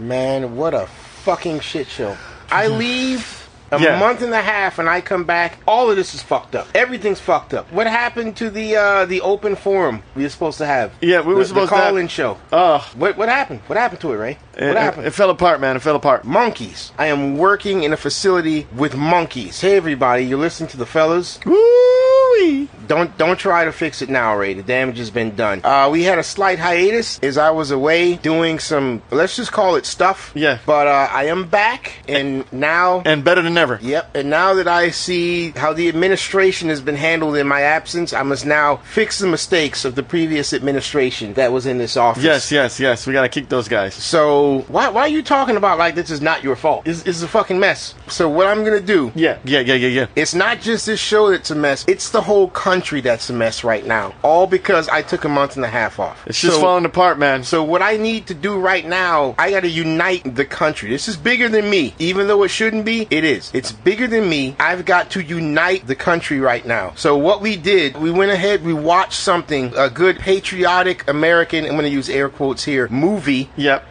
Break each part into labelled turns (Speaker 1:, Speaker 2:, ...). Speaker 1: Man, what a fucking shit show. I leave a
Speaker 2: Mm-hmm. Yeah.
Speaker 1: month and a half and I come back. All of this is fucked up. Everything's fucked up. What happened to the uh, the open forum we were supposed to have?
Speaker 2: Yeah, we
Speaker 1: The-
Speaker 2: were supposed
Speaker 1: the
Speaker 2: to have-
Speaker 1: call in show.
Speaker 2: Ugh.
Speaker 1: what what happened? What happened to it, Ray? What
Speaker 2: It,
Speaker 1: happened?
Speaker 2: it, it fell apart, man. It fell apart.
Speaker 1: monkeys. I am working in a facility with monkeys. Hey everybody, you're listening to the fellas.
Speaker 2: Woo-wee.
Speaker 1: Don't don't try to fix it now, Ray. The damage has been done. Uh, we had a slight hiatus as I was away doing some. Let's just call it stuff.
Speaker 2: Yeah.
Speaker 1: But uh, I am back, and now.
Speaker 2: And better than ever.
Speaker 1: Yep, and now that I see how the administration has been handled in my absence, I must now fix the mistakes of the previous administration that was in this office.
Speaker 2: Yes, yes, yes. We gotta kick those guys.
Speaker 1: So why why are you talking about like this is not your fault? This, this is a fucking mess. So what I'm gonna do?
Speaker 2: Yeah, yeah, yeah, yeah, yeah.
Speaker 1: It's not just this show that's a mess. It's the whole country that's a mess right now. All because I took a month and a half off.
Speaker 2: It's just
Speaker 1: so,
Speaker 2: falling apart, man. So
Speaker 1: So what I need to do right now, I got to unite the country. This is bigger than me. Even though it shouldn't be, it is. It's bigger than me. I've got to unite the country right now. So what we did, we went ahead, we watched something, a good patriotic American, I'm going to use air quotes here, movie
Speaker 2: yep.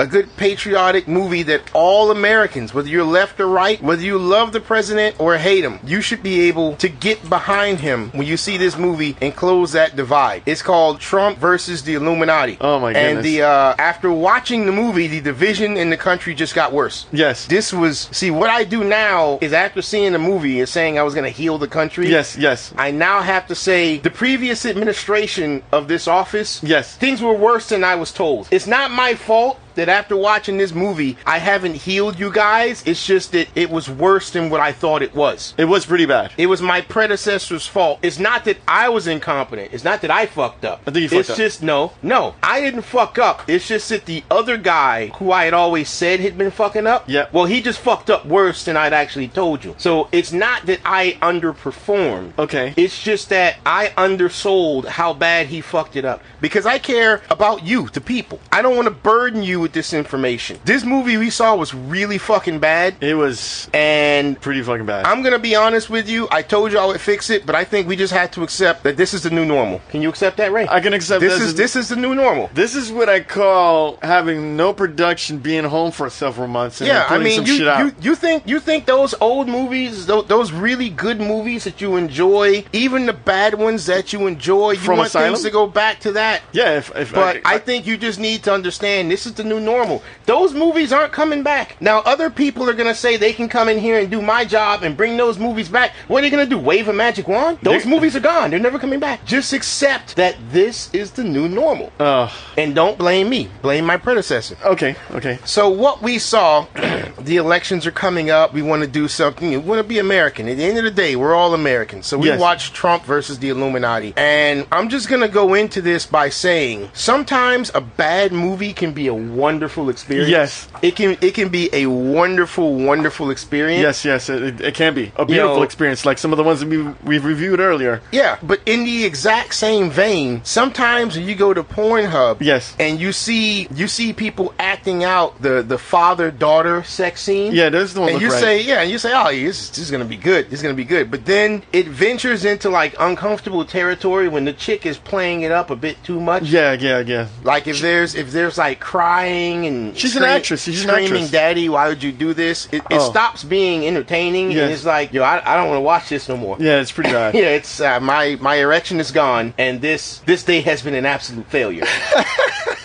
Speaker 1: a good patriotic movie that all Americans, whether you're left or right, whether you love the president or hate him, you should be able to get behind him when you see this movie and close that divide. It's called Trump versus the Illuminati.
Speaker 2: Oh, my
Speaker 1: And
Speaker 2: goodness.
Speaker 1: the uh, after watching the movie, the division in the country just got worse.
Speaker 2: Yes.
Speaker 1: This was see what I do now is after seeing the movie and saying I was going to heal the country.
Speaker 2: Yes, yes.
Speaker 1: I now have to say the previous administration of this office,
Speaker 2: Yes.
Speaker 1: things were worse than I was told. It's not my fault that after watching this movie, I haven't healed you guys. It's just that it was worse than what I thought it was.
Speaker 2: It was pretty bad.
Speaker 1: It was my predecessor's fault. It's not that I was incompetent. It's not that I fucked up.
Speaker 2: I think you fucked
Speaker 1: it's
Speaker 2: up.
Speaker 1: just no, no. I didn't fuck up. It's just that the other guy who I had always said had been fucking up.
Speaker 2: Yeah.
Speaker 1: Well, he just fucked up worse than I'd actually told you. So it's not that I underperformed.
Speaker 2: Okay.
Speaker 1: It's just that I undersold how bad he fucked it up because I care about you, the people. I don't want to burden you with this information. This movie we saw was really fucking bad,
Speaker 2: It was
Speaker 1: and
Speaker 2: pretty fucking bad.
Speaker 1: I'm gonna be honest with you. I told you I would fix it, but I think we just have to accept that this is the new normal. Can you accept that, Ray?
Speaker 2: I can accept
Speaker 1: this
Speaker 2: this
Speaker 1: is this is the new normal.
Speaker 2: This is what I call having no production, being home for several months, and
Speaker 1: Yeah,
Speaker 2: then
Speaker 1: I
Speaker 2: putting
Speaker 1: mean,
Speaker 2: some
Speaker 1: you,
Speaker 2: shit out.
Speaker 1: you you think you think those old movies, tho- those really good movies that you enjoy, even the bad ones that you enjoy, you
Speaker 2: From
Speaker 1: want
Speaker 2: Asylum?
Speaker 1: things to go back to that.
Speaker 2: yeah, if, if
Speaker 1: But I think you just need to understand this is the new normal. Those movies aren't coming back. Now, other people are going to say they can come in here and do my job and bring those movies back. What are they going to do? Wave a magic wand? Those
Speaker 2: They're-
Speaker 1: movies are gone. They're never coming back. Just accept that this is the new normal.
Speaker 2: Ugh.
Speaker 1: and don't blame me, blame my predecessor.
Speaker 2: uh, okay, okay.
Speaker 1: So what we saw, the elections are coming up. We want to do something. We want to be American. At the end of the day, we're all Americans. So we
Speaker 2: Yes.
Speaker 1: watched Trump versus the Illuminati, and I'm just gonna go into this by saying sometimes a bad movie can be a wonderful experience.
Speaker 2: Yes.
Speaker 1: it can. It can be a wonderful, wonderful experience.
Speaker 2: Yes, yes, it, it, it can be a beautiful
Speaker 1: know-
Speaker 2: experience, like some of the ones that we we reviewed earlier.
Speaker 1: Yeah, but in the exact same vein, sometimes when you go to Pornhub,
Speaker 2: Yes.
Speaker 1: and you see you see people acting out the the father daughter sex scene.
Speaker 2: Yeah, those don't
Speaker 1: And
Speaker 2: look
Speaker 1: you
Speaker 2: right.
Speaker 1: say, yeah, and you say, oh, this is, this is gonna be good. This is gonna be good. But then it ventures into like uncomfortable territory when the chick is playing it up a bit too much.
Speaker 2: Yeah, yeah, yeah.
Speaker 1: Like if there's if there's like crying and
Speaker 2: She's an actress. She's an
Speaker 1: screaming,
Speaker 2: actress.
Speaker 1: "Daddy, why would you do this?" It, it
Speaker 2: Oh.
Speaker 1: stops being entertaining,
Speaker 2: Yes.
Speaker 1: and it's like, yo, I, I don't want to watch this no more.
Speaker 2: Yeah, it's pretty bad.
Speaker 1: Yeah, it's uh, my my erection is gone, and this this day has been an absolute failure.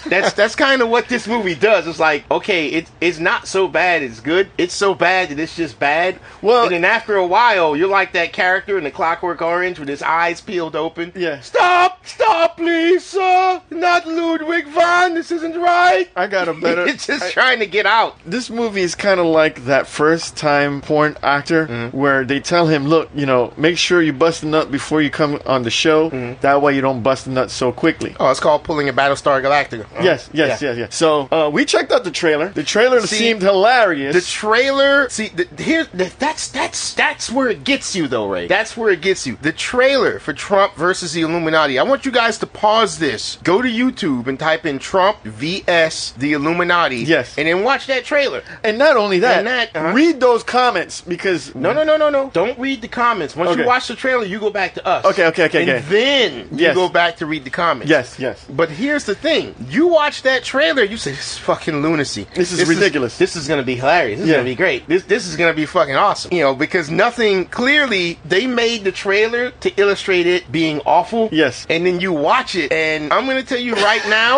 Speaker 1: that's that's kind of what this movie does. It's like okay, it, it's not so bad. It's good. It's so bad that it's just bad.
Speaker 2: Well-
Speaker 1: and then after a while, you're like that character in The Clockwork Orange with his eyes peeled open.
Speaker 2: Yeah.
Speaker 1: Stop! Stop, please, sir. Not Ludwig van. This isn't right.
Speaker 2: I got a better.
Speaker 1: it's just
Speaker 2: I-
Speaker 1: trying to get out.
Speaker 2: this movie is kind of like that first time porn actor
Speaker 1: Mm-hmm.
Speaker 2: where they tell him, look, you know, make sure you bust a nut before you come on the show.
Speaker 1: Mm-hmm.
Speaker 2: That way you don't bust a nut so quickly.
Speaker 1: Oh, it's called pulling a Battlestar Galactica.
Speaker 2: Yes, yes,
Speaker 1: Yeah.
Speaker 2: yes, yes. So uh, we checked out the trailer. The trailer
Speaker 1: See,
Speaker 2: seemed hilarious.
Speaker 1: The trailer, see, the, here, the, that's that's that's where it gets you, though, Ray. That's where it gets you. The trailer for Trump versus the Illuminati. I want you guys to pause this, go to YouTube, and type in Trump vs the Illuminati.
Speaker 2: Yes.
Speaker 1: and then watch that trailer.
Speaker 2: and not only that,
Speaker 1: And that, uh-huh.
Speaker 2: read those comments because
Speaker 1: No, no, no, no, no. Don't read the comments. Once you
Speaker 2: Okay.
Speaker 1: watch the trailer, you go back to us.
Speaker 2: Okay, okay, okay,
Speaker 1: And
Speaker 2: okay.
Speaker 1: then you
Speaker 2: Yes.
Speaker 1: go back to read the comments.
Speaker 2: Yes, yes.
Speaker 1: But here's the thing: you you watch that trailer, you say this is fucking lunacy.
Speaker 2: This is ridiculous.
Speaker 1: this is gonna be hilarious. This
Speaker 2: Yeah.
Speaker 1: is gonna be great. This this is gonna be fucking awesome. You know, because nothing clearly they made the trailer to illustrate it being awful.
Speaker 2: Yes.
Speaker 1: And then you watch it, and I'm gonna tell you right now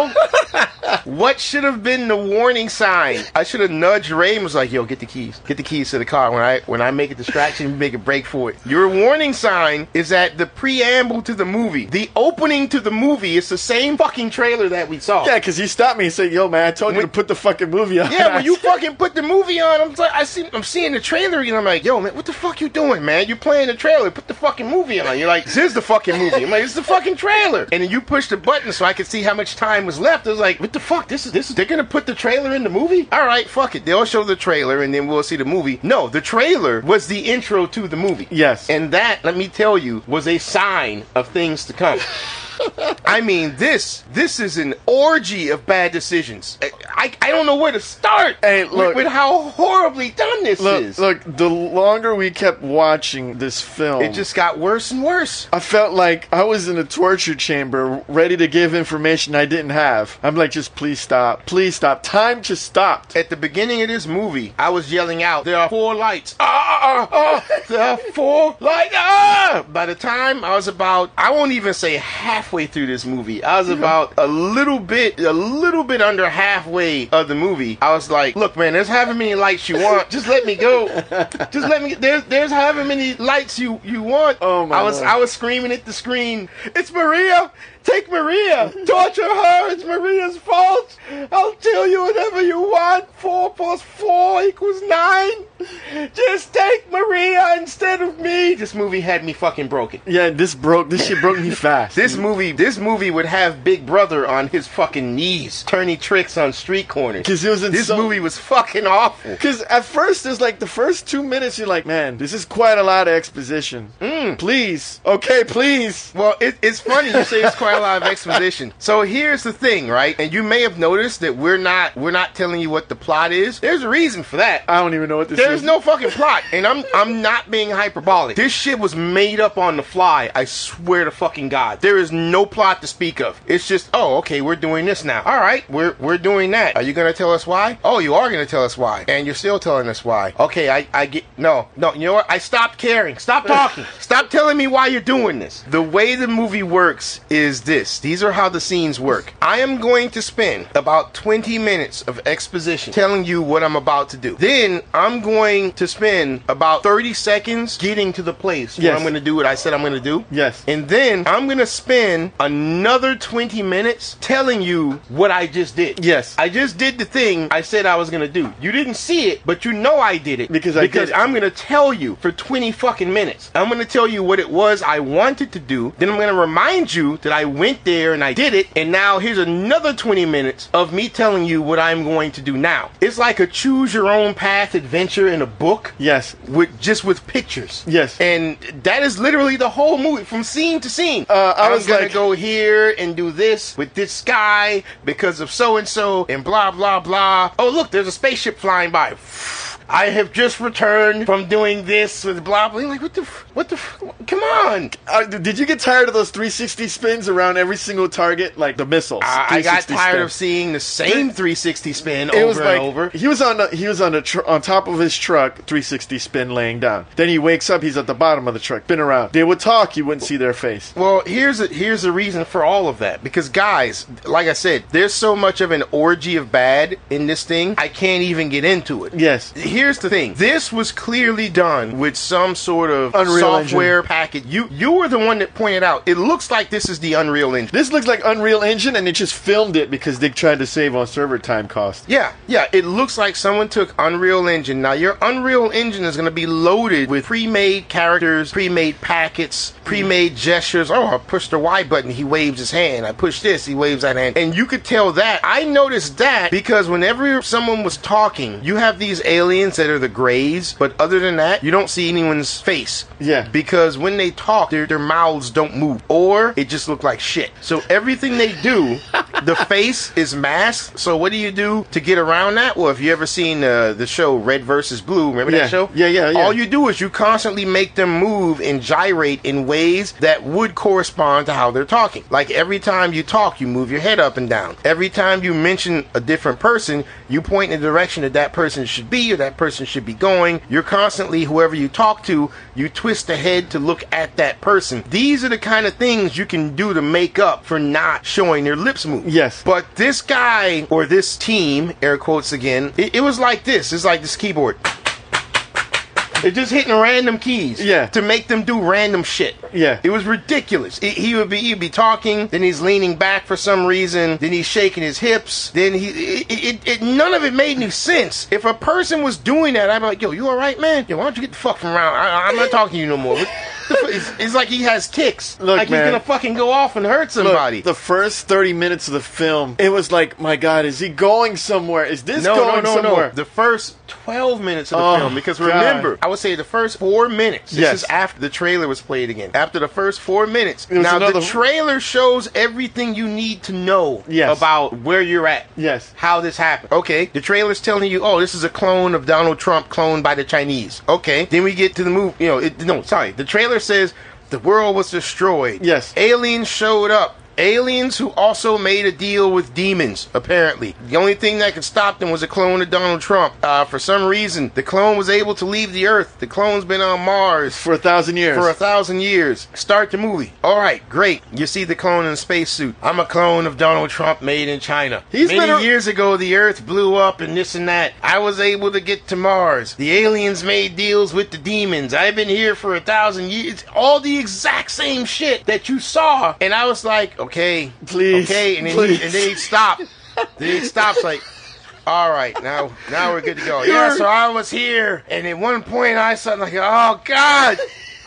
Speaker 1: what should have been the warning sign. I should have nudged Ray and was like, yo, get the keys. Get the keys to the car. When I when I make a distraction, you make a break for it. Your warning sign is that the preamble to the movie, the opening to the movie is the same fucking trailer that we saw.
Speaker 2: Yeah, because he stopped me and said, "Yo, man, I told you to put the fucking movie on."
Speaker 1: Yeah, when you fucking put the movie on, I'm like, I see, I'm seeing the trailer and I'm like, yo, man, what the fuck you doing, man? You're playing the trailer. Put the fucking movie on. You're like, this is the fucking movie. I'm like, it's the fucking trailer. And then you push the button so I could see how much time was left. I was like, what the fuck? This is this. Is, they're gonna put the trailer in the movie? All right, fuck it. They'll show the trailer and then we'll see the movie. No, the trailer was the intro to the movie.
Speaker 2: Yes.
Speaker 1: And that, let me tell you, was a sign of things to come. I mean, this this is an orgy of bad decisions. I, I, I don't know where to start
Speaker 2: Hey,
Speaker 1: with-
Speaker 2: look.
Speaker 1: with, how horribly done this
Speaker 2: look,
Speaker 1: is.
Speaker 2: look. The longer we kept watching this film,
Speaker 1: It just got worse and worse.
Speaker 2: I felt like I was in a torture chamber, ready to give information I didn't have. I'm like, just please stop, please stop. Time just stopped.
Speaker 1: At the beginning of this movie, I was yelling out, "There are four lights! Ah, ah, ah, ah. there are four lights!" Ah! By the time I was about, I won't even say halfway through this movie. I
Speaker 2: Mm-hmm.
Speaker 1: was about a little bit, a little bit under halfway of the movie. I was like, "Look, man, there's however many lights you want. Just let me go. Just let me. There's there's however many lights you you want."
Speaker 2: Oh, my
Speaker 1: I was
Speaker 2: Lord.
Speaker 1: I was screaming at the screen. It's Maria. Take Maria. Torture her. It's Maria's fault. I'll tell you whatever you want. Four plus four equals nine. Just take Maria instead of me. This movie had me fucking broken.
Speaker 2: Yeah, this broke. This shit broke me fast.
Speaker 1: This movie, this movie would have Big Brother on his fucking knees, turning tricks on street corners.
Speaker 2: 'Cause it was in
Speaker 1: this
Speaker 2: so-
Speaker 1: movie was fucking awful.
Speaker 2: Because at first, there's like the first two minutes, you're like, man, this is quite a lot of exposition.
Speaker 1: Mm.
Speaker 2: Please. Okay, please.
Speaker 1: Well, it, it's funny you say it's quite a lot of exposition. So here's the thing, right? And you may have noticed that we're not we're not telling you what the plot is. There's a reason for that. Uh,
Speaker 2: I don't even know what this
Speaker 1: There's
Speaker 2: is.
Speaker 1: no fucking plot, and I'm I'm not being hyperbolic. This shit was made up on the fly. I swear to fucking god, there is no plot to speak of. It's just oh okay, we're doing this now. All right, we're we're doing that. Are you gonna tell us why? Oh, you are gonna tell us why, and you're still telling us why. Okay, I I get no no. You know what? I stopped caring. Stop talking. Stop telling me why you're doing this. The way the movie works is this. These are how the scenes work. I am going to spend about 20 minutes of exposition telling you what I'm about to do. Then I'm going to spend about 30 seconds getting to the place where
Speaker 2: Yes.
Speaker 1: I'm going to do what I said I'm going to do.
Speaker 2: Yes.
Speaker 1: And then I'm going to spend another 20 minutes telling you what I just did.
Speaker 2: Yes.
Speaker 1: I just did the thing I said I was going to do. You didn't see it, but you know I did it
Speaker 2: Because I
Speaker 1: because
Speaker 2: did.
Speaker 1: I'm gonna tell you for 20 fucking minutes. I'm gonna tell you what it was I wanted to do. Then I'm gonna remind you that I went there and I did it. And now here's another 20 minutes of me telling you what I'm going to do now. It's like a choose your own path adventure in a book.
Speaker 2: Yes.
Speaker 1: With just with pictures,
Speaker 2: Yes.
Speaker 1: and that is literally the whole movie from scene to scene.
Speaker 2: Uh, I
Speaker 1: I'm
Speaker 2: was
Speaker 1: gonna
Speaker 2: like-
Speaker 1: go here and do this with this guy because of so and so and blah blah blah. Oh look, there's a spaceship flying by. I have just returned from doing this with blah blah. Like what the f- what the f- come on.
Speaker 2: Uh, d- did you get tired of those 360 spins around every single target, like the missiles?
Speaker 1: I, I got
Speaker 2: 360
Speaker 1: tired
Speaker 2: spin.
Speaker 1: of seeing the same 360 spin
Speaker 2: It
Speaker 1: over
Speaker 2: was like
Speaker 1: and over.
Speaker 2: he was on a, he was on a tr- on top of his truck, 360 spin, laying down. Then he wakes up, he's at the bottom of the truck, spin around. They would talk, you wouldn't see their face.
Speaker 1: Well, here's a, here's the reason for all of that. Because guys, like I said, there's so much of an orgy of bad in this thing. I can't even get into it.
Speaker 2: Yes,
Speaker 1: Here's the thing. This was clearly done with some sort of
Speaker 2: Unreal
Speaker 1: software package. You you were the one that pointed out. It looks like this is the Unreal Engine.
Speaker 2: this looks like Unreal Engine, and they just filmed it because they tried to save on server time cost.
Speaker 1: Yeah, yeah. It looks like someone took Unreal Engine. Now your Unreal Engine is going to be loaded with pre-made characters, pre-made packets, pre-made gestures. Oh, I pushed the Y button. He waves his hand. I push this. He waves that hand. And you could tell that. I noticed that because whenever someone was talking, you have these aliens that are the Greys, but other than that, you don't see anyone's face.
Speaker 2: Yeah.
Speaker 1: Because when they talk, their their mouths don't move, or it just look like shit. So everything they do the face is masked. So what do you do to get around that? Well, if you ever seen uh, the show Red versus Blue, remember
Speaker 2: Yeah.
Speaker 1: that show?
Speaker 2: Yeah, yeah, yeah.
Speaker 1: All you do is you constantly make them move and gyrate in ways that would correspond to how they're talking. Like every time you talk, you move your head up and down. Every time you mention a different person, you point in the direction that that person should be or that person should be going. You're constantly, whoever you talk to, you twist the head to look at that person. These are the kind of things you can do to make up for not showing their lips move.
Speaker 2: Yes.
Speaker 1: But this guy or this team, air quotes again, it, it was like this. It's like this keyboard. They're just hitting random keys.
Speaker 2: Yeah.
Speaker 1: To make them do random shit.
Speaker 2: Yeah.
Speaker 1: It was ridiculous. He- he would be he'd be talking, then he's leaning back for some reason, then he's shaking his hips, then he it, it, it, it- none of it made any sense. If a person was doing that, I'd be like, yo, you all right, man? Yo, why don't you get the fuck from around? I, I'm not talking to you no more. What the fu- It's, it's like he has ticks.
Speaker 2: Look,
Speaker 1: like
Speaker 2: man.
Speaker 1: he's gonna fucking go off and hurt
Speaker 2: Look,
Speaker 1: somebody.
Speaker 2: the first 30 minutes of the film, it was like, my God, is he going somewhere? Is this going somewhere?
Speaker 1: The first 12 minutes of the
Speaker 2: Oh,
Speaker 1: film, because
Speaker 2: God.
Speaker 1: remember, I would say the first four minutes. This
Speaker 2: Yes.
Speaker 1: is after the trailer was played again. After the first four minutes.
Speaker 2: was
Speaker 1: Now,
Speaker 2: another-
Speaker 1: the trailer shows everything you need to know
Speaker 2: Yes.
Speaker 1: about where you're at.
Speaker 2: Yes.
Speaker 1: How this happened. Okay. The trailer's telling you, oh, this is a clone of Donald Trump cloned by the Chinese. Okay. Then we get to the movie. You know, it, no, sorry. The trailer says the world was destroyed.
Speaker 2: Yes.
Speaker 1: Aliens showed up. Aliens who also made a deal with demons, apparently. The only thing that could stop them was a clone of Donald Trump. Uh, for some reason, the clone was able to leave the Earth. The clone's been on Mars
Speaker 2: for a thousand years.
Speaker 1: for a thousand years. Start the movie. All right, great. You see the clone in a spacesuit. I'm a clone of Donald Trump made in China.
Speaker 2: He's
Speaker 1: Many
Speaker 2: been a-
Speaker 1: years ago, the Earth blew up and this and that. I was able to get to Mars. The aliens made deals with the demons. I've been here for a thousand years. All the exact same shit that you saw. And I was like, okay,
Speaker 2: Please,
Speaker 1: okay. And then
Speaker 2: please.
Speaker 1: he and then he stopped. then he stops like. All right, now now we're good to go. Yeah,
Speaker 2: You're-
Speaker 1: so I was here, and at one point I said, like, oh God,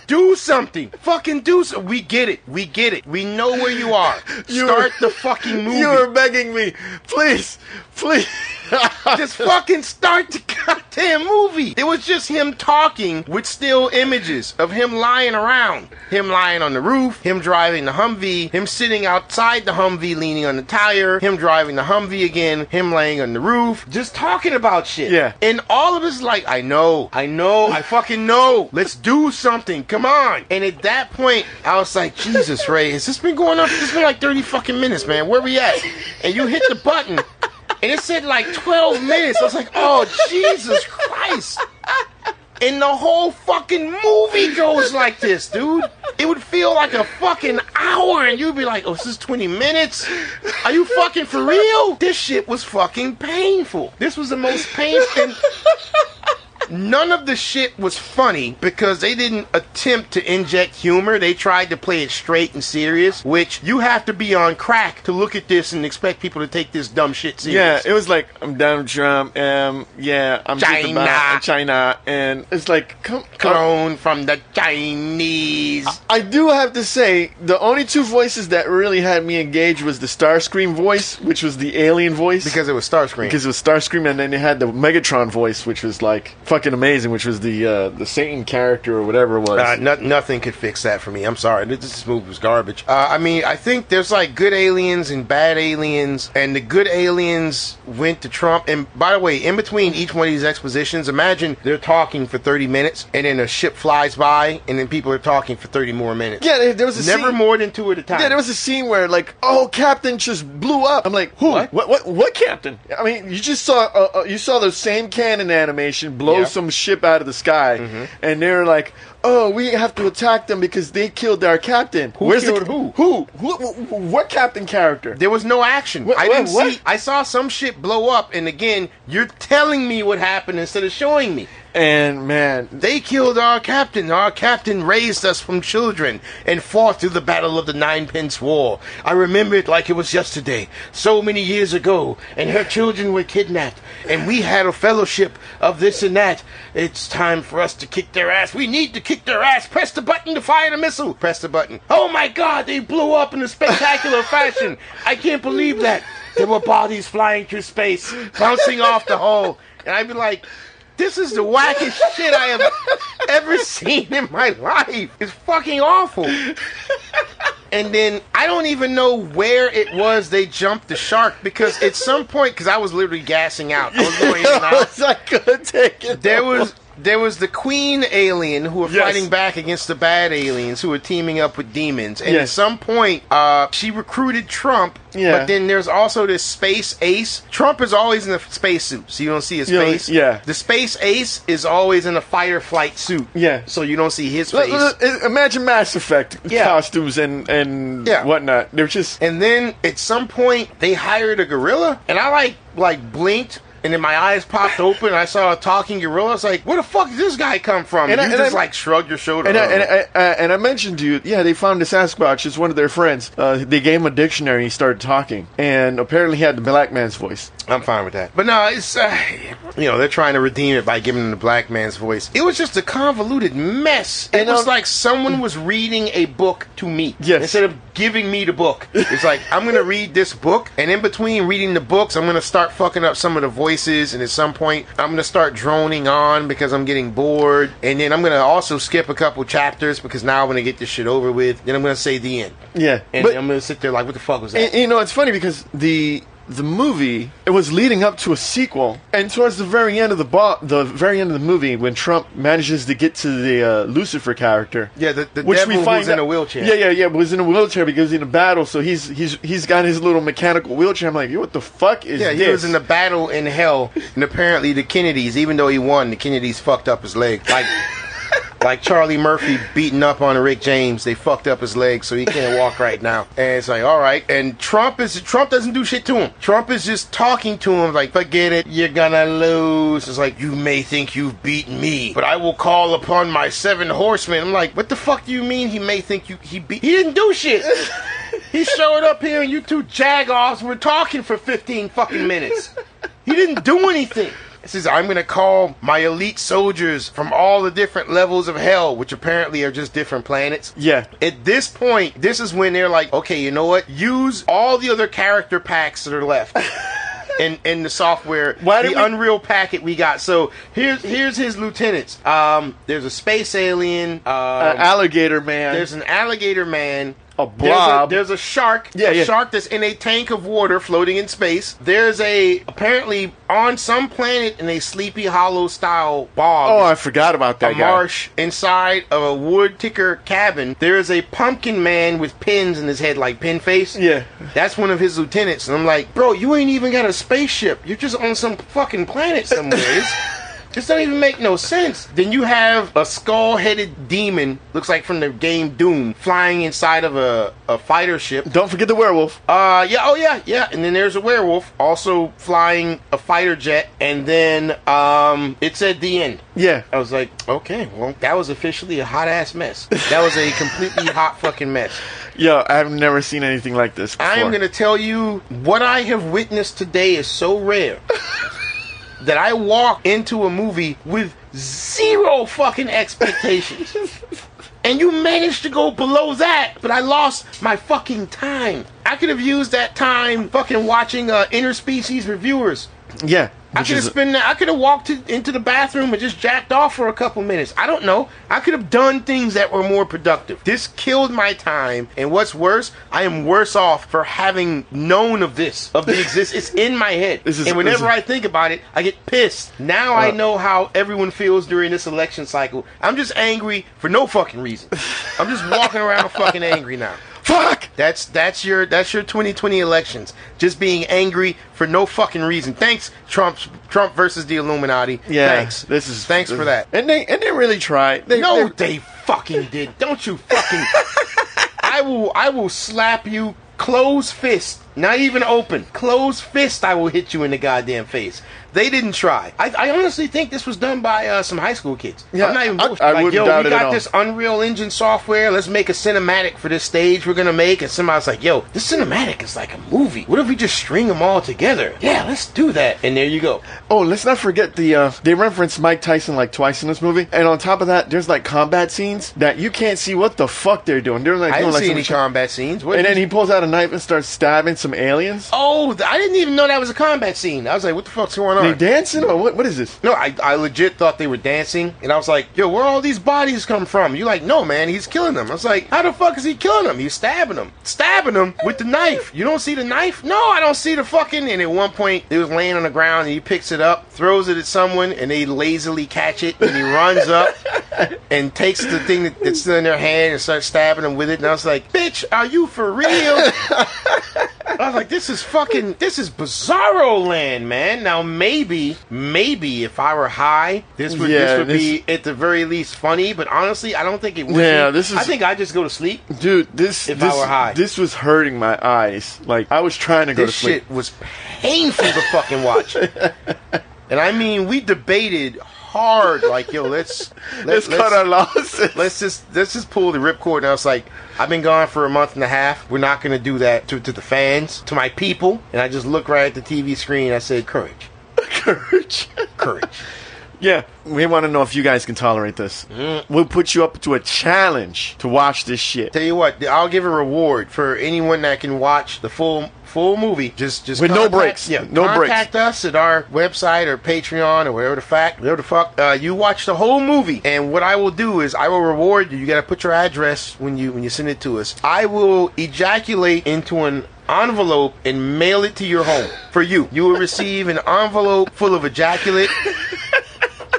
Speaker 1: do something, fucking do so. We get it, we get it. We know where you are.
Speaker 2: You
Speaker 1: Start
Speaker 2: were-
Speaker 1: the fucking movie.
Speaker 2: You were begging me, please, please.
Speaker 1: just fucking start the goddamn movie. It was just him talking with still images of him lying around, him lying on the roof, him driving the Humvee, him sitting outside the Humvee leaning on the tire, him driving the Humvee again, him laying on the roof, just talking about shit.
Speaker 2: Yeah.
Speaker 1: And all of us like, I know, I know, I fucking know. Let's do something. Come on. And at that point, I was like, Jesus, Ray, has this been going on? It's been like 30 fucking minutes, man. Where we at? And you hit the button. And it said like 12 minutes. I was like, oh, Jesus Christ. And the whole fucking movie goes like this, dude. It would feel like a fucking hour, and you'd be like, oh, this is 20 minutes? Are you fucking for real? This shit was fucking painful. This was the most painful. and None of the shit was funny because they didn't attempt to inject humor. They tried to play it straight and serious, which you have to be on crack to look at this and expect people to take this dumb shit
Speaker 2: Yeah,
Speaker 1: serious.
Speaker 2: it was like I'm Donald Trump. Um, yeah, I'm just about China, and it's like come, come
Speaker 1: Clone from the Chinese.
Speaker 2: I do have to say, the only two voices that really had me engaged was the Starscream voice, which was the alien voice.
Speaker 1: Because it was Starscream.
Speaker 2: because it was Starscream, and then they had the Megatron voice, which was like fucking amazing, which was the uh, the Satan character or whatever it was.
Speaker 1: Uh, no, nothing could fix that for me. I'm sorry. This, this movie was garbage. Uh, I mean, I think there's like good aliens and bad aliens, and the good aliens went to Trump. And by the way, in between each one of these expositions, imagine they're talking for 30 minutes, and then a ship flies by, and then people are talking for 30 more minutes.
Speaker 2: yeah, there- there was a
Speaker 1: Never
Speaker 2: scene,
Speaker 1: more than two at a time.
Speaker 2: Yeah, there was a scene where like, oh, Captain just blew up. I'm like, who?
Speaker 1: What?
Speaker 2: What? What? What, Captain? I mean, you just saw uh, uh, you saw the same cannon animation blow
Speaker 1: Yeah.
Speaker 2: some ship out of the sky, and they're like, oh, we have to attack them because they killed our captain. Who
Speaker 1: killed
Speaker 2: the,
Speaker 1: who?
Speaker 2: Who? Who? wh- wh- What captain character?
Speaker 1: There was no action.
Speaker 2: What-
Speaker 1: I
Speaker 2: what-
Speaker 1: didn't
Speaker 2: what?
Speaker 1: see. I saw some shit blow up, and again, you're telling me what happened instead of showing me.
Speaker 2: And man,
Speaker 1: They killed our captain. Our captain raised us from children and fought through the Battle of the Ninepence War. I remember it like it was yesterday, so many years ago, and her children were kidnapped, and we had a fellowship of this and that. It's time for us to kick their ass. We need to kick their ass. Press the button to fire the missile. Press the button. Oh my god, they blew up in a spectacular fashion. I can't believe that. There were bodies flying through space, bouncing off the hull. And I'd be like, this is the wackest shit I have ever seen in my life. It's fucking awful. And then I don't even know where it was they jumped the shark because at some point, because I was literally gassing out. I was going in and out.
Speaker 2: I couldn't take it.
Speaker 1: There was there was the queen alien who were
Speaker 2: Yes.
Speaker 1: fighting back against the bad aliens who were teaming up with demons. And at
Speaker 2: Yes.
Speaker 1: some point, uh, she recruited Trump.
Speaker 2: Yeah.
Speaker 1: But then there's also this space ace. Trump is always in a space suit, so you don't see his
Speaker 2: Yeah,
Speaker 1: face.
Speaker 2: yeah.
Speaker 1: The space ace is always in a fight or flight suit.
Speaker 2: Yeah.
Speaker 1: So you don't see his
Speaker 2: Look,
Speaker 1: face.
Speaker 2: look, look, Imagine Mass Effect
Speaker 1: Yeah.
Speaker 2: costumes and and
Speaker 1: Yeah.
Speaker 2: whatnot. They're just
Speaker 1: And then at some point they hired a gorilla, and I like like blinked. And then my eyes popped open. I saw a talking gorilla. It's like, where the fuck did this guy come from? And,
Speaker 2: And I-
Speaker 1: you
Speaker 2: and
Speaker 1: just
Speaker 2: I-
Speaker 1: like shrugged your shoulder.
Speaker 2: And I,
Speaker 1: Oh.
Speaker 2: and, I, I, and I mentioned to you, yeah, they found a Sasquatch. It's one of their friends. Uh, they gave him a dictionary and he started talking. And apparently he had the black man's voice.
Speaker 1: I'm fine with that. But no, it's uh, you know they're trying to redeem it by giving them the black man's voice. It was just a convoluted mess. It
Speaker 2: And,
Speaker 1: was
Speaker 2: um,
Speaker 1: like someone was reading a book to me
Speaker 2: Yes.
Speaker 1: instead of giving me the book. It's like I'm gonna read this book, and in between reading the books, I'm gonna start fucking up some of the voices, and at some point I'm gonna start droning on because I'm getting bored, and then I'm gonna also skip a couple chapters because now I'm gonna get this shit over with. Then I'm gonna say the end,
Speaker 2: Yeah.
Speaker 1: and
Speaker 2: but,
Speaker 1: then I'm gonna sit there like, what the fuck was that?
Speaker 2: and- you know, it's funny because the the movie it was leading up to a sequel and towards the very end of the bo- the very end of the movie when trump manages to get to the uh, lucifer character
Speaker 1: Yeah, the- the devil who's in a wheelchair.
Speaker 2: yeah yeah yeah was in a wheelchair because he's in a battle so he's he's he's got his little mechanical wheelchair i'm like yo, what the fuck is
Speaker 1: Yeah,
Speaker 2: this
Speaker 1: he was in the battle in hell, and apparently the Kennedys, even though he won, the Kennedys fucked up his leg. Like, like Charlie Murphy beating up on Rick James, they fucked up his leg, so he can't walk right now. And it's like, all right. And Trump is Trump doesn't do shit to him. Trump is just talking to him like, forget it, you're gonna lose. It's like you may think you've beaten me, but I will call upon my seven horsemen. I'm like, what the fuck do you mean? He may think you he beat? He didn't do shit. He showed up here and you two jagoffs were talking for 15 fucking minutes. He didn't do anything. He says, I'm going to call my elite soldiers from all the different levels of hell, which apparently are just different planets.
Speaker 2: yeah
Speaker 1: At this point, this is when they're like, okay, you know what? Use all the other character packs that are left. In, in the software,
Speaker 2: Why
Speaker 1: the
Speaker 2: did we-
Speaker 1: Unreal packet we got. So here's here's his lieutenants. Um, there's a space alien. Um,
Speaker 2: An Uh, alligator man
Speaker 1: there's an alligator man.
Speaker 2: A
Speaker 1: There's a,
Speaker 2: blob.
Speaker 1: there's a shark.
Speaker 2: Yeah,
Speaker 1: a
Speaker 2: yeah.
Speaker 1: shark that's in a tank of water floating in space. There's a apparently on some planet in a Sleepy Hollow style bog.
Speaker 2: Oh, I forgot about that
Speaker 1: a
Speaker 2: guy.
Speaker 1: marsh inside of a wood ticker cabin. There is a pumpkin man with pins in his head, like pin face.
Speaker 2: Yeah.
Speaker 1: That's one of his lieutenants. And I'm like, bro, you ain't even got a spaceship. You're just on some fucking planet somewhere. This, this don't even make no sense. Then you have a skull headed demon, looks like from the game Doom, flying inside of a, a fighter ship.
Speaker 2: Don't forget the werewolf.
Speaker 1: Uh, yeah, oh yeah, yeah. And then there's a werewolf also flying a fighter jet. And then, um, it's at the end.
Speaker 2: Yeah.
Speaker 1: I was like, okay, well, that was officially a hot ass mess. That was a completely hot fucking mess.
Speaker 2: Yo, I've never seen anything like this before.
Speaker 1: I am going to tell you what I have witnessed today is so rare that I walk into a movie with zero fucking expectations. and you managed to go below that, but I lost my fucking time. I could have used that time fucking watching uh, interspecies reviewers.
Speaker 2: Yeah.
Speaker 1: I
Speaker 2: which
Speaker 1: could have
Speaker 2: is-
Speaker 1: spent. that- I could have walked to, into the bathroom and just jacked off for a couple minutes. I don't know. I could have done things that were more productive. This killed my time, and what's worse, I am worse off for having known of this, of the exist. It's in my head,
Speaker 2: This is-
Speaker 1: and whenever
Speaker 2: this
Speaker 1: I think about it, I get pissed. Now I
Speaker 2: Uh.
Speaker 1: know how everyone feels during this election cycle. I'm just angry for no fucking reason. I'm just walking around fucking angry now.
Speaker 2: Fuck!
Speaker 1: That's that's your that's your 2020 elections. Just being angry for no fucking reason. Thanks, Trump. Trump versus the Illuminati.
Speaker 2: Yeah.
Speaker 1: Thanks.
Speaker 2: This is
Speaker 1: thanks
Speaker 2: this-
Speaker 1: for that.
Speaker 2: And they and they really tried. They,
Speaker 1: No,
Speaker 2: they-
Speaker 1: they fucking did. Don't you fucking? I will. I will slap you. Closed fist, not even open. Closed fist, I will hit you in the goddamn face. They didn't try. I, I honestly think this was done by uh, some high school kids.
Speaker 2: Yeah,
Speaker 1: I'm not even
Speaker 2: I-
Speaker 1: bullshit.
Speaker 2: I
Speaker 1: like,
Speaker 2: wouldn't
Speaker 1: yo,
Speaker 2: doubt
Speaker 1: we
Speaker 2: it at
Speaker 1: got
Speaker 2: all.
Speaker 1: this Unreal Engine software. Let's make a cinematic for this stage we're gonna make. And somebody's like, yo, this cinematic is like a movie. What if we just string them all together? Yeah, let's do that. And there you go.
Speaker 2: oh, let's not forget the uh, they reference Mike Tyson like twice in this movie. And on top of that, there's like combat scenes that you can't see what the fuck they're doing. They're like
Speaker 1: I didn't
Speaker 2: doing like
Speaker 1: see
Speaker 2: some
Speaker 1: any
Speaker 2: shit-
Speaker 1: combat scenes. What
Speaker 2: And
Speaker 1: did
Speaker 2: then he pulls out a knife and starts stabbing some aliens.
Speaker 1: Oh, th- I didn't even know that was a combat scene. I was like, what the fuck's going on?
Speaker 2: They dancing or what? What is this?
Speaker 1: No, I, I legit thought they were dancing, and I was like, yo, where all these bodies come from? You're like, no, man, he's killing them. I was like, how the fuck is he killing them? He's stabbing them. Stabbing them with the knife. You don't see the knife? No, I don't see the fucking. And at one point, it was laying on the ground, and he picks it up, throws it at someone, and they lazily catch it, and he runs up and takes the thing that, that's still in their hand and starts stabbing them with it. And I was like, bitch, are you for real? I was like, this is fucking, this is bizarro land, man. Now, maybe, maybe if I were high, this would, this
Speaker 2: Yeah,
Speaker 1: would
Speaker 2: this-
Speaker 1: be at the very least funny, but honestly, I don't think it would.
Speaker 2: Yeah,
Speaker 1: be.
Speaker 2: this is-
Speaker 1: I think I just go to sleep.
Speaker 2: Dude, this
Speaker 1: If I
Speaker 2: this
Speaker 1: were high.
Speaker 2: this was hurting my eyes. Like I was trying to go
Speaker 1: This
Speaker 2: to sleep.
Speaker 1: shit was painful to fucking watch. and I mean, we debated hard, like, yo, let's,
Speaker 2: Let's,
Speaker 1: let's,
Speaker 2: cut our losses.
Speaker 1: let's just let's just pull the ripcord. And I was like, I've been gone for a month and a half. We're not gonna do that to, to the fans, to my people. And I just looked right at the TV screen. And I said, courage,
Speaker 2: Courage.
Speaker 1: courage.
Speaker 2: yeah, we want to know if you guys can tolerate this.
Speaker 1: Mm.
Speaker 2: We'll put you up to a challenge to watch this shit
Speaker 1: Tell you what, I'll give a reward for anyone that can watch the full full movie. Just just
Speaker 2: With no breaks.
Speaker 1: Yeah,
Speaker 2: No
Speaker 1: contact
Speaker 2: breaks.
Speaker 1: us at our website or Patreon or whatever the fact, whatever the fuck. Uh, you watch the whole movie, and what I will do is I will reward you. You got to put your address when you when you send it to us. I will ejaculate into an envelope and mail it to your home for you. You will receive an envelope full of ejaculate.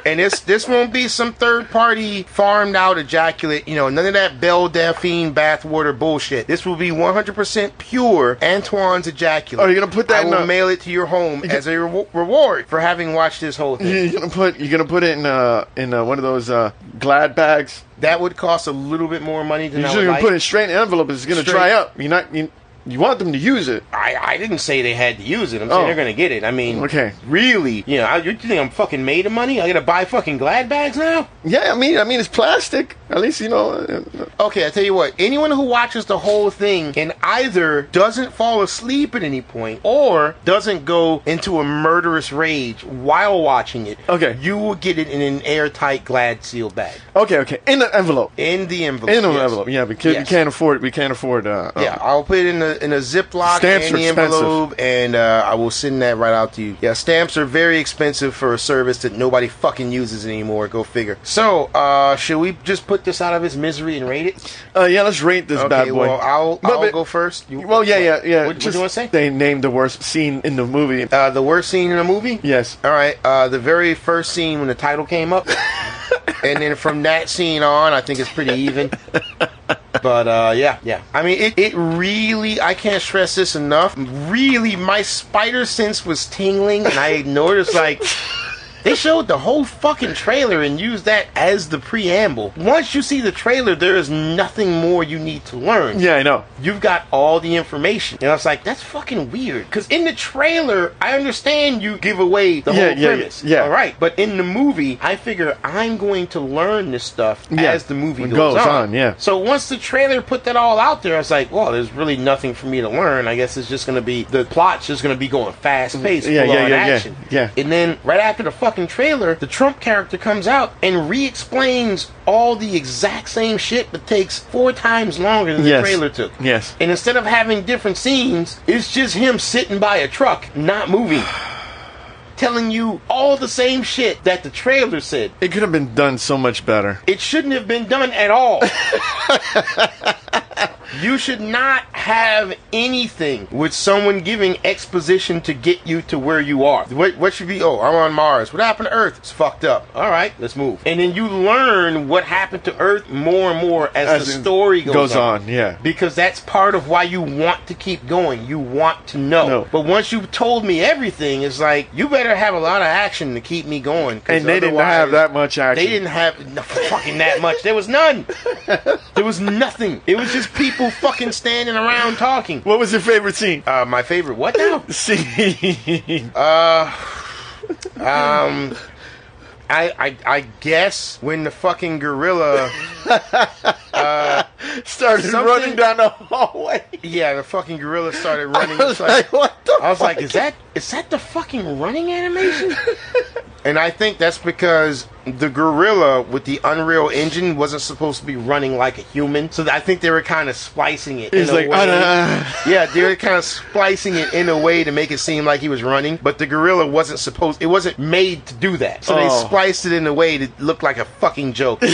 Speaker 1: And this this won't be some third party farmed out ejaculate, you know, none of that Belle Delphine bathwater bullshit. This will be 100% pure Antoine's ejaculate.
Speaker 2: Are you Oh, gonna put that
Speaker 1: I
Speaker 2: in
Speaker 1: will
Speaker 2: a-
Speaker 1: mail it to your home as a re- reward for having watched this whole thing.
Speaker 2: You're gonna put you're gonna put it in uh in uh, one of those uh glad bags.
Speaker 1: That would cost a little bit more money than
Speaker 2: You're
Speaker 1: I
Speaker 2: Mm-hmm. just
Speaker 1: would
Speaker 2: gonna
Speaker 1: like.
Speaker 2: put it straight in the envelope. It's gonna
Speaker 1: Straight-
Speaker 2: dry up. You're not you, you want them to use it.
Speaker 1: I, I didn't say they had to use it. I'm saying
Speaker 2: Oh.
Speaker 1: they're gonna get it. I mean,
Speaker 2: Okay.
Speaker 1: really? You know, I, you think I'm fucking made of money? I gotta buy fucking Glad bags now?
Speaker 2: Yeah, I mean I mean it's plastic. At least you know. uh, uh,
Speaker 1: Okay, I tell you what. Anyone who watches the whole thing and either doesn't fall asleep at any point or doesn't go into a murderous rage while watching it,
Speaker 2: Okay.
Speaker 1: you will get it in an airtight Glad seal bag
Speaker 2: Okay, okay, in the envelope.
Speaker 1: in the envelope.
Speaker 2: In the
Speaker 1: Yes.
Speaker 2: envelope. Yeah, because
Speaker 1: Yes.
Speaker 2: we can't afford we can't afford uh, uh
Speaker 1: Yeah, I'll put it in a in a Ziploc
Speaker 2: Stamps
Speaker 1: and
Speaker 2: are
Speaker 1: the
Speaker 2: expensive.
Speaker 1: envelope, and uh, I will send that right out to you. Yeah, stamps are very expensive for a service that nobody fucking uses anymore. Go figure. So, uh, should we just put this out of its misery and rate it?
Speaker 2: Uh, yeah, let's rate this bad boy.
Speaker 1: well, I'll,
Speaker 2: But-
Speaker 1: I'll
Speaker 2: but-
Speaker 1: go first. You-
Speaker 2: Well, yeah, yeah, yeah.
Speaker 1: What, what do you want to say?
Speaker 2: They named the worst scene in the movie.
Speaker 1: uh, the worst scene in a movie?
Speaker 2: Yes.
Speaker 1: All right. Uh, the very first scene when the title came up, and then from that scene on, I think it's pretty even. But uh, yeah, yeah. I mean, it, it really, I can't stress this enough. Really, my spider sense was tingling, and I ignored it. It's like, they showed the whole fucking trailer and used that as the preamble. Once you see the trailer, there is nothing more you need to learn
Speaker 2: Yeah, I know.
Speaker 1: you've got all the information. And I was like, that's fucking weird. Because in the trailer, I understand you give away the
Speaker 2: Yeah,
Speaker 1: whole
Speaker 2: yeah,
Speaker 1: premise.
Speaker 2: yeah.
Speaker 1: All right. But in the movie, I figure I'm going to learn this stuff
Speaker 2: Yeah.
Speaker 1: as the movie
Speaker 2: It
Speaker 1: goes,
Speaker 2: goes
Speaker 1: on.
Speaker 2: on, yeah.
Speaker 1: So once the trailer put that all out there, I was like, well, there's really nothing for me to learn. I guess it's just going to be, the plot's just going to be going fast paced,
Speaker 2: Yeah,
Speaker 1: full
Speaker 2: yeah,
Speaker 1: on
Speaker 2: yeah, yeah,
Speaker 1: action.
Speaker 2: yeah.
Speaker 1: And then right after the fucking trailer, the Trump character comes out and re explains all the exact same shit, but takes four times longer than
Speaker 2: Yes.
Speaker 1: the trailer took.
Speaker 2: Yes.
Speaker 1: And instead of having different scenes, it's just him sitting by a truck, not moving, telling you all the same shit that the trailer said.
Speaker 2: It could have been done so much better.
Speaker 1: It shouldn't have been done at all. you should not have anything with someone giving exposition to get you to where you are. What, what should be, oh, I'm on Mars. What happened to Earth? It's fucked up. All right, let's move. And then you learn what happened to Earth more and more as, the
Speaker 2: it
Speaker 1: story goes,
Speaker 2: on. Yeah.
Speaker 1: because that's part of why you want to keep going. You want to know.
Speaker 2: No.
Speaker 1: But once you've told me everything, it's like you better have a lot of action to keep me going. 'cause
Speaker 2: And they didn't
Speaker 1: otherwise-
Speaker 2: have that much action.
Speaker 1: They didn't have no, fucking that much. There was none. there was nothing. It was just people fucking standing around talking.
Speaker 2: What was your favorite scene?
Speaker 1: Uh, my favorite. What now?
Speaker 2: Scene.
Speaker 1: Um, I, I I guess when the fucking gorilla.
Speaker 2: started
Speaker 1: something-
Speaker 2: running down the hallway.
Speaker 1: Yeah, the fucking gorilla started
Speaker 2: I
Speaker 1: running.
Speaker 2: was
Speaker 1: It's like-
Speaker 2: like, what the
Speaker 1: I was
Speaker 2: fuck?
Speaker 1: like, is that is that the fucking running animation? And I think that's because the gorilla with the Unreal Engine wasn't supposed to be running like a human. So I think they were kind of splicing it.
Speaker 2: He's
Speaker 1: in a
Speaker 2: like,
Speaker 1: way.
Speaker 2: "Ah, nah, nah."
Speaker 1: yeah, they were kind of splicing it in a way to make it seem like he was running. But the gorilla wasn't supposed. It wasn't made to do that. So they
Speaker 2: Oh.
Speaker 1: spliced it in a way to look like a fucking joke.
Speaker 2: I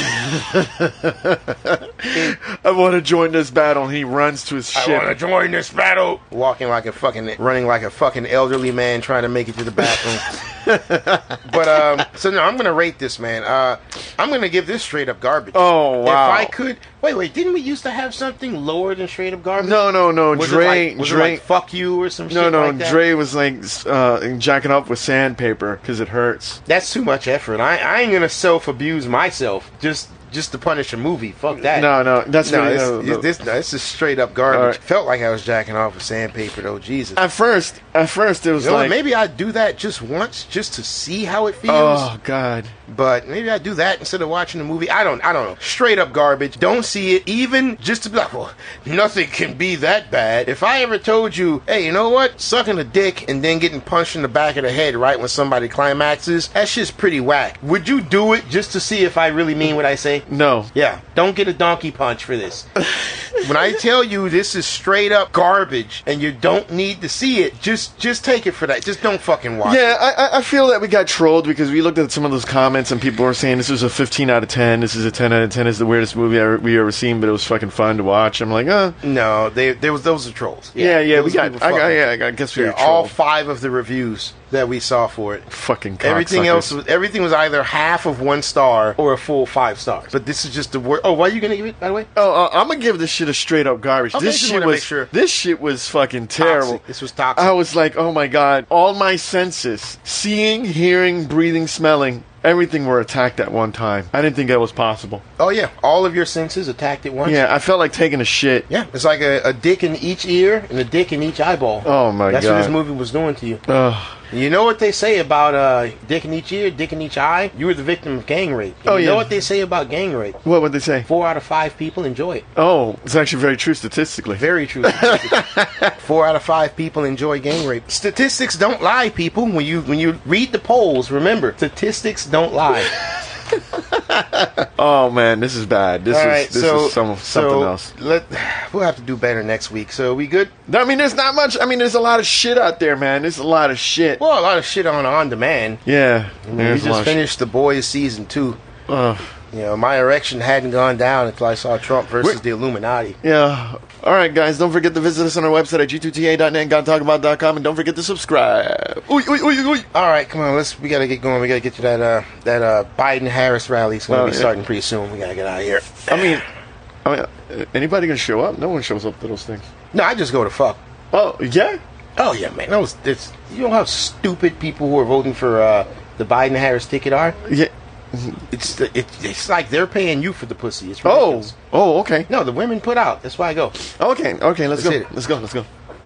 Speaker 2: want to join this battle. And he runs to his
Speaker 1: I want to
Speaker 2: ship.
Speaker 1: join this battle. Walking like a fucking, running like a fucking elderly man trying to make it to the bathroom. but um, so no, I'm gonna rate this man. Uh, I'm gonna give this straight up garbage.
Speaker 2: Oh, wow.
Speaker 1: If I could, wait, wait, didn't we used to have something lower than straight up garbage?
Speaker 2: No, no, no.
Speaker 1: was
Speaker 2: Dre,
Speaker 1: it like, was
Speaker 2: Dre,
Speaker 1: it like fuck you or some
Speaker 2: no,
Speaker 1: shit
Speaker 2: no.
Speaker 1: like that?
Speaker 2: Dre was like s- uh, jacking up with sandpaper because it hurts.
Speaker 1: That's too much effort. I, I ain't gonna self abuse myself just just to punish a movie. Fuck that.
Speaker 2: No, no, that's
Speaker 1: No,
Speaker 2: what- uh,
Speaker 1: this,
Speaker 2: no, no.
Speaker 1: This, no, this is straight up garbage.
Speaker 2: All right.
Speaker 1: Felt like I was jacking off with sandpaper though. Jesus.
Speaker 2: At first, at first it was
Speaker 1: You know,
Speaker 2: like,
Speaker 1: maybe I do that just once, just to see how it feels.
Speaker 2: oh god.
Speaker 1: But maybe I do that instead of watching the movie. I don't. I don't know. Straight up garbage. Don't see it. Even just to be like, well, nothing can be that bad. If I ever told you, hey, you know what? Sucking a dick and then getting punched in the back of the head right when somebody climaxes. That shit's pretty whack. Would you do it just to see if I really mean what I say?
Speaker 2: No,
Speaker 1: Yeah, don't get a donkey punch for this. when I tell you this is straight up garbage and you don't need to see it, just just take it for that. Just don't fucking watch.
Speaker 2: Yeah, I, I- I feel that we got trolled because we looked at some of those comments and people were saying this was a 15 out of 10, this is a 10 out of 10, this is the weirdest movie I, we ever seen, but it was fucking fun to watch. I'm like, uh,
Speaker 1: it. No, they there was those are trolls.
Speaker 2: yeah, yeah, we
Speaker 1: those
Speaker 2: got,
Speaker 1: people
Speaker 2: I, got,
Speaker 1: fucking-
Speaker 2: yeah, I got- I guess we
Speaker 1: yeah,
Speaker 2: were
Speaker 1: all
Speaker 2: trolled.
Speaker 1: five of the reviews that we saw for it.
Speaker 2: fucking
Speaker 1: Everything
Speaker 2: cocksuckers.
Speaker 1: else was everything was either half of one star or a full five stars. But this is just the worst. Oh, why are you gonna give it? By the way,
Speaker 2: Oh, uh, I'm gonna give this shit a straight up garbage.
Speaker 1: Okay,
Speaker 2: this
Speaker 1: just
Speaker 2: shit
Speaker 1: wanna make
Speaker 2: was
Speaker 1: sure.
Speaker 2: this shit was fucking terrible.
Speaker 1: Toxic. This was toxic.
Speaker 2: I was like, oh my god, all my senses, seeing, hearing, breathing, smelling, everything were attacked at one time. I didn't think that was possible.
Speaker 1: oh yeah, all of your senses attacked at once.
Speaker 2: Yeah, I felt like taking a shit.
Speaker 1: Yeah, it's like a, a dick in each ear and a dick in each eyeball.
Speaker 2: Oh, my
Speaker 1: That's what this
Speaker 2: God.
Speaker 1: movie was doing to you.
Speaker 2: Ugh.
Speaker 1: You know what they say about uh, dick in each ear, dick in each eye? You were the victim of gang rape. And
Speaker 2: Oh,
Speaker 1: you
Speaker 2: yeah.
Speaker 1: know what they say about gang rape?
Speaker 2: What would they say?
Speaker 1: Four out of five people enjoy it.
Speaker 2: Oh, it's actually very true statistically.
Speaker 1: Very true. statistic. Four out of five people enjoy gang rape. Statistics don't lie, people. When you when you read the polls, remember statistics don't lie.
Speaker 2: Oh man, this is bad. This
Speaker 1: All
Speaker 2: is
Speaker 1: right,
Speaker 2: this
Speaker 1: so
Speaker 2: is some, something
Speaker 1: so
Speaker 2: else.
Speaker 1: Let we'll have to do better next week. So we good?
Speaker 2: I mean, there's not much. I mean, there's a lot of shit out there, man. There's a lot of shit.
Speaker 1: Well, a lot of shit on on demand.
Speaker 2: Yeah, there's
Speaker 1: we
Speaker 2: a lot
Speaker 1: just
Speaker 2: of shit.
Speaker 1: finished the boys season two.
Speaker 2: Ugh.
Speaker 1: You know, my erection hadn't gone down until I saw Trump versus
Speaker 2: Wait.
Speaker 1: the Illuminati.
Speaker 2: yeah. All right, guys, don't forget to visit us on our website at g2ta.net, godtalkabout.com, and don't forget to subscribe. Ooh, ooh, ooh, ooh.
Speaker 1: All right, come on, let's. We gotta get going. We gotta get to that uh that uh Biden Harris rally. It's gonna
Speaker 2: Oh,
Speaker 1: be
Speaker 2: yeah.
Speaker 1: starting pretty soon. We gotta get out of here.
Speaker 2: I mean, I mean, uh, anybody gonna show up? No one shows up to those things.
Speaker 1: No, I just go to fuck.
Speaker 2: Oh yeah.
Speaker 1: Oh yeah, man. That was it's. You know how stupid people who are voting for uh the Biden Harris ticket are?
Speaker 2: Yeah.
Speaker 1: It's the, it, it's like they're paying you for the pussy. It's
Speaker 2: Oh.
Speaker 1: ridiculous.
Speaker 2: Oh. Okay.
Speaker 1: No, the women put out. That's why I go.
Speaker 2: Okay. Okay.
Speaker 1: Let's
Speaker 2: Let's
Speaker 1: hit
Speaker 2: go.
Speaker 1: it.
Speaker 2: Let's go. Let's go.